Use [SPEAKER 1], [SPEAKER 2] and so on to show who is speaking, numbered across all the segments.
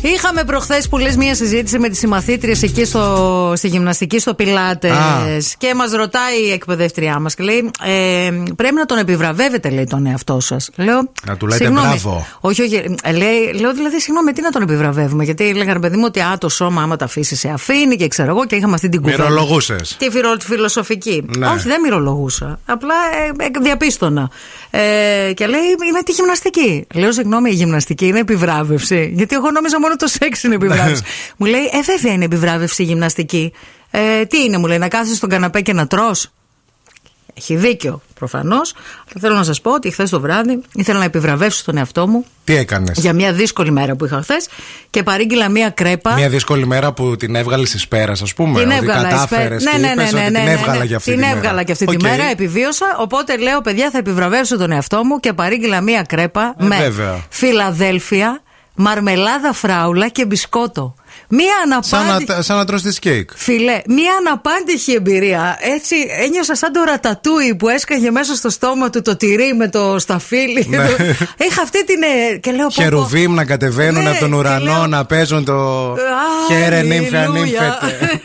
[SPEAKER 1] Είχαμε προχθές που λες μία συζήτηση με τι συμμαθήτριες εκεί στο, στη γυμναστική, στο Πιλάτες. Και μας ρωτάει η εκπαιδεύτριά μας και λέει: ε, Πρέπει να τον επιβραβεύετε, λέει τον εαυτό σας. Λέω:
[SPEAKER 2] Να του λέτε
[SPEAKER 1] «Συγγνώμη».
[SPEAKER 2] μπράβο.
[SPEAKER 1] Όχι, όχι. ε, λέει, λέω δηλαδή, συγγνώμη, τι να τον επιβραβεύουμε. Γιατί λέγανε παιδί μου ότι α, το σώμα, άμα τα αφήσει, σε αφήνει και ξέρω εγώ. Και είχαμε αυτή την κουβέντα.
[SPEAKER 2] Μυρολογούσες.
[SPEAKER 1] Τη φιρο- φιλοσοφική.
[SPEAKER 2] Ναι.
[SPEAKER 1] Όχι, δεν μυρολογούσα. Απλά ε, ε, διαπίστωνα. Ε, και λέει, είναι τη γυμναστική. Λέω, συγγνώμη, η γυμναστική είναι επιβράβευση. Γιατί εγώ νόμιζα μόνο το σεξ είναι
[SPEAKER 2] Ναι.
[SPEAKER 1] επιβράβευση. μου λέει, Ε, βέβαια είναι επιβράβευση η γυμναστική. Ε, τι είναι, μου λέει, να κάθεσαι στον καναπέ και να τρως Έχει δίκιο, προφανώς. Αλλά θέλω να σας πω ότι χθες το βράδυ ήθελα να επιβραβεύσω τον εαυτό μου
[SPEAKER 2] Τι έκανες.
[SPEAKER 1] για μια δύσκολη μέρα που είχα χθες και παρήγγειλα μια κρέπα.
[SPEAKER 2] Μια δύσκολη μέρα που την έβγαλες ει πέρας, ας πούμε.
[SPEAKER 1] Την
[SPEAKER 2] ότι
[SPEAKER 1] έβγαλα.
[SPEAKER 2] κατάφερε.
[SPEAKER 1] εσπέ- ναι, ναι, ναι, ναι, ναι,
[SPEAKER 2] Την
[SPEAKER 1] ναι,
[SPEAKER 2] έβγαλα
[SPEAKER 1] ναι.
[SPEAKER 2] για αυτή
[SPEAKER 1] Την
[SPEAKER 2] τη μέρα.
[SPEAKER 1] έβγαλα και αυτή τη
[SPEAKER 2] Οκ.
[SPEAKER 1] μέρα, επιβίωσα. Οπότε λέω, παιδιά, θα επιβραβεύσω τον εαυτό μου και παρήγγειλα μία κρέπα
[SPEAKER 2] Ε,
[SPEAKER 1] με
[SPEAKER 2] βέβαια.
[SPEAKER 1] Φιλαδέλφια, μαρμελάδα φράουλα και μπισκότο. Μία
[SPEAKER 2] Σαν να,
[SPEAKER 1] αναπάντηχη.
[SPEAKER 2] τα- σαν να τρως τη κέικ.
[SPEAKER 1] Φιλέ, μία αναπάντηχη εμπειρία. Έτσι, ένιωσα σαν το ρατατούι που έσκαγε μέσα στο στόμα του το τυρί με το σταφύλι.
[SPEAKER 2] Ναι.
[SPEAKER 1] Είχα αυτή την. ε, Και λέω, πω, πω.
[SPEAKER 2] Χερουβίμ να κατεβαίνουν
[SPEAKER 1] Ναι,
[SPEAKER 2] από τον
[SPEAKER 1] και
[SPEAKER 2] ουρανό
[SPEAKER 1] λέω,
[SPEAKER 2] να παίζουν το. Χαίρε νύμφια νύμφετε.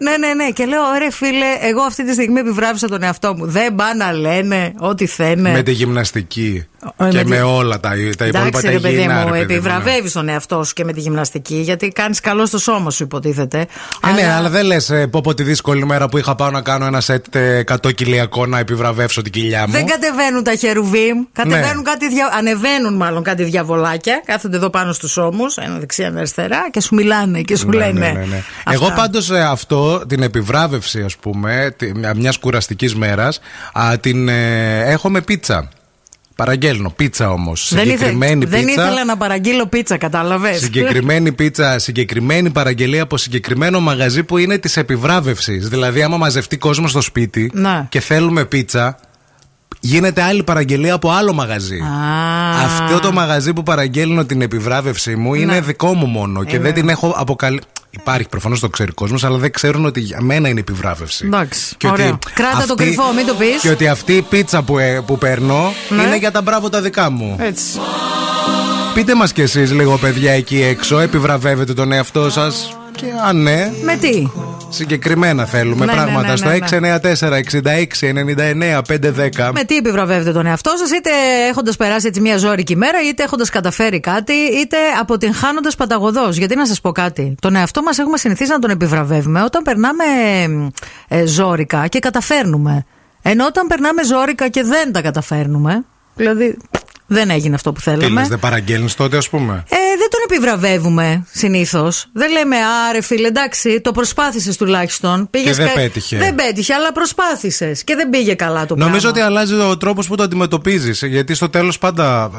[SPEAKER 1] ναι, ναι, ναι. Και λέω, ρε φίλε, εγώ αυτή τη στιγμή επιβράβησα τον εαυτό μου. Δεν πά να λένε ό,τι θένε.
[SPEAKER 2] Με τη γυμναστική.
[SPEAKER 1] Ναι. Ε,
[SPEAKER 2] Και
[SPEAKER 1] με τη-
[SPEAKER 2] με όλα τα, τα υπόλοιπα
[SPEAKER 1] Εντάξει,
[SPEAKER 2] τα
[SPEAKER 1] ρε παιδί
[SPEAKER 2] υγιεινά, ρε
[SPEAKER 1] μου,
[SPEAKER 2] παιδί μου, ναι.
[SPEAKER 1] επιβραβεύεις τον εαυτό σου και με τη γυμναστική, γιατί κάνεις καλός στο σώμα σου, υποτίθεται.
[SPEAKER 2] Ε, ναι, αλλά δεν λες πω πω τη δύσκολη μέρα που είχα πάω να κάνω ένα σετ ε, 100 κιλιακό να επιβραβεύσω την κοιλιά μου.
[SPEAKER 1] δεν κατεβαίνουν τα χερουβίμ. Κατεβαίνουν
[SPEAKER 2] Ναι.
[SPEAKER 1] κάτι δια... Ανεβαίνουν μάλλον κάτι διαβολάκια. Κάθονται εδώ πάνω στους ώμους, ένα δεξιά, ένα αριστερά και σου μιλάνε και σου
[SPEAKER 2] Ναι,
[SPEAKER 1] λένε.
[SPEAKER 2] ναι, ναι, ναι.
[SPEAKER 1] αυτά.
[SPEAKER 2] Εγώ πάντως αυτό, την επιβράβευση, ας πούμε, μια κουραστικής μέρας, την ε, έχω με πίτσα. Παραγγέλνω πίτσα όμως.
[SPEAKER 1] Δεν, ήθε-
[SPEAKER 2] Συγκεκριμένη
[SPEAKER 1] δεν
[SPEAKER 2] πίτσα.
[SPEAKER 1] ήθελα να παραγγείλω πίτσα, κατάλαβες.
[SPEAKER 2] Συγκεκριμένη πίτσα, συγκεκριμένη παραγγελία από συγκεκριμένο μαγαζί που είναι της επιβράβευσης. Δηλαδή, άμα μαζευτεί κόσμος στο σπίτι
[SPEAKER 1] Ναι.
[SPEAKER 2] και θέλουμε πίτσα, γίνεται άλλη παραγγελία από άλλο μαγαζί.
[SPEAKER 1] Α.
[SPEAKER 2] Αυτό το μαγαζί που παραγγέλνω την επιβράβευσή μου
[SPEAKER 1] Ναι.
[SPEAKER 2] είναι δικό μου μόνο
[SPEAKER 1] Ε,
[SPEAKER 2] και δεν την έχω αποκαλεί. Υπάρχει προφανώς το ξέρει κόσμος, αλλά δεν ξέρουν ότι για μένα είναι επιβράβευση.
[SPEAKER 1] Εντάξει, ωραίο. Κράτα το κρυφό, μην το πεις.
[SPEAKER 2] Και ότι αυτή η πίτσα που, ε, που παίρνω
[SPEAKER 1] Ναι.
[SPEAKER 2] είναι για τα μπράβο τα δικά μου. Ε,
[SPEAKER 1] Έτσι.
[SPEAKER 2] Πείτε μας κι εσείς λίγο παιδιά εκεί έξω Επιβραβεύετε τον εαυτό σας Και αν ναι,
[SPEAKER 1] Με τι.
[SPEAKER 2] συγκεκριμένα θέλουμε
[SPEAKER 1] Ναι, ναι,
[SPEAKER 2] πράγματα
[SPEAKER 1] ναι, ναι,
[SPEAKER 2] Στο 694-66-99-510
[SPEAKER 1] Με τι επιβραβεύετε τον εαυτό σας, είτε έχοντας περάσει έτσι μια ζώρικη μέρα, είτε έχοντας καταφέρει κάτι, είτε αποτυγχάνοντας παταγωδός. Γιατί να σας πω κάτι. Τον εαυτό μας έχουμε συνηθίσει να τον επιβραβεύουμε όταν περνάμε ε, ε, ζώρικα και καταφέρνουμε. Ενώ όταν περνάμε ζώρικα και δεν τα καταφέρνουμε. Δηλαδή, δεν έγινε αυτό που
[SPEAKER 2] Τι
[SPEAKER 1] θέλαμε.
[SPEAKER 2] λες, δεν παραγγέλνεις τότε ας πούμε
[SPEAKER 1] Ε, δεν τον επιβραβεύουμε συνήθως. Δεν λέμε άρε φίλε, εντάξει, το προσπάθησες τουλάχιστον. Πήγες
[SPEAKER 2] δεν πέτυχε.
[SPEAKER 1] Δεν πέτυχε, αλλά προσπάθησες. Και δεν πήγε καλά το
[SPEAKER 2] Νομίζω ότι
[SPEAKER 1] πράγμα.
[SPEAKER 2] αλλάζει ο τρόπος που το αντιμετωπίζεις. Γιατί στο τέλος πάντα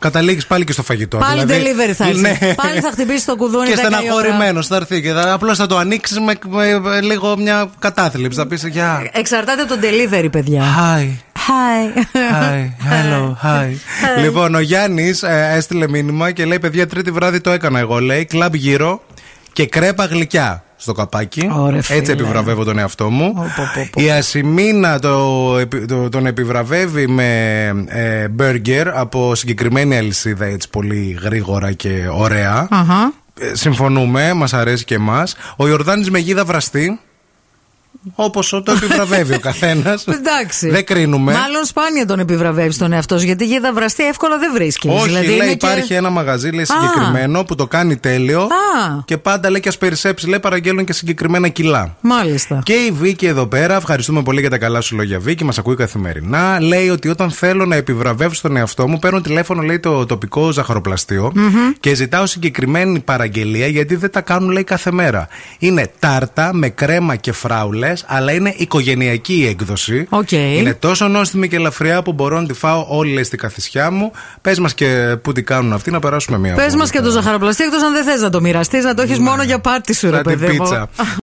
[SPEAKER 2] καταλήγεις πάλι και στο φαγητό.
[SPEAKER 1] Πάλι delivery θα έρθει.
[SPEAKER 2] Ναι.
[SPEAKER 1] Πάλι θα χτυπήσεις το κουδούνι
[SPEAKER 2] Και
[SPEAKER 1] 10 η ώρα.
[SPEAKER 2] στεναχωρημένος θα έρθει. Και θα, απλώς θα το ανοίξεις με, με- με λίγο μια κατάθλιψη. Θα πεις Γεια.
[SPEAKER 1] Εξαρτάται τον delivery, παιδιά.
[SPEAKER 2] Hi.
[SPEAKER 1] Hi.
[SPEAKER 2] Hi, hello, hi. Λοιπόν, ο Γιάννης έστειλε μήνυμα και λέει: Παιδιά, τρίτη βράδυ το έκανα εγώ. Λέει: Κλαμπ γύρω και κρέπα γλυκιά στο καπάκι.
[SPEAKER 1] Ωρε,
[SPEAKER 2] Έτσι
[SPEAKER 1] φίλε.
[SPEAKER 2] επιβραβεύω τον εαυτό μου.
[SPEAKER 1] πω, πω, πω.
[SPEAKER 2] Η Ασημίνα το, επι- το- τον επιβραβεύει με ε, μπέργκερ από συγκεκριμένη αλυσίδα έτσι πολύ γρήγορα και ωραία.
[SPEAKER 1] Αχα.
[SPEAKER 2] Ε, συμφωνούμε, μας αρέσει και εμάς. Ο Ιορδάνης Μεγίδα βραστή. Όπως το επιβραβεύει ο καθένας.
[SPEAKER 1] Εντάξει.
[SPEAKER 2] Δεν κρίνουμε.
[SPEAKER 1] Μάλλον σπάνια τον επιβραβεύεις τον εαυτό σου, γιατί γίδα βραστή εύκολα δεν βρίσκεις.
[SPEAKER 2] Όχι, λέει,
[SPEAKER 1] Δηλαδή είναι και-
[SPEAKER 2] υπάρχει ένα μαγαζί λέει, συγκεκριμένο που το κάνει τέλειο.
[SPEAKER 1] Α.
[SPEAKER 2] Και πάντα λέει και ας περισσέψει, λέει, παραγγέλνουν και συγκεκριμένα κιλά.
[SPEAKER 1] Μάλιστα.
[SPEAKER 2] Και η Βίκη εδώ πέρα, ευχαριστούμε πολύ για τα καλά σου λόγια, Βίκη. Μας ακούει καθημερινά. Λέει ότι όταν θέλω να επιβραβεύσω τον εαυτό μου, παίρνω τηλέφωνο, λέει, το τοπικό ζαχαροπλαστείο και ζητάω συγκεκριμένη παραγγελία γιατί δεν τα κάνουν, λέει, κάθε μέρα. Είναι τάρτα με κρέμα και φράουλες, αλλά είναι οικογενειακή η έκδοση.
[SPEAKER 1] Οκ.
[SPEAKER 2] Είναι τόσο νόστιμη και ελαφριά που μπορώ να τη φάω όλη λέει, στη καθησιά μου. Πες μας και πού τι κάνουν αυτοί, να περάσουμε μία.
[SPEAKER 1] Πες μα
[SPEAKER 2] από όλα
[SPEAKER 1] και
[SPEAKER 2] τα-
[SPEAKER 1] το ζαχαροπλαστή, εκτός αν δεν θες να το μοιραστείς, να το έχεις μόνο για πάρτι σου, ρε
[SPEAKER 2] Σαν Ναι. την
[SPEAKER 1] παιδί μου.
[SPEAKER 2] πίτσα.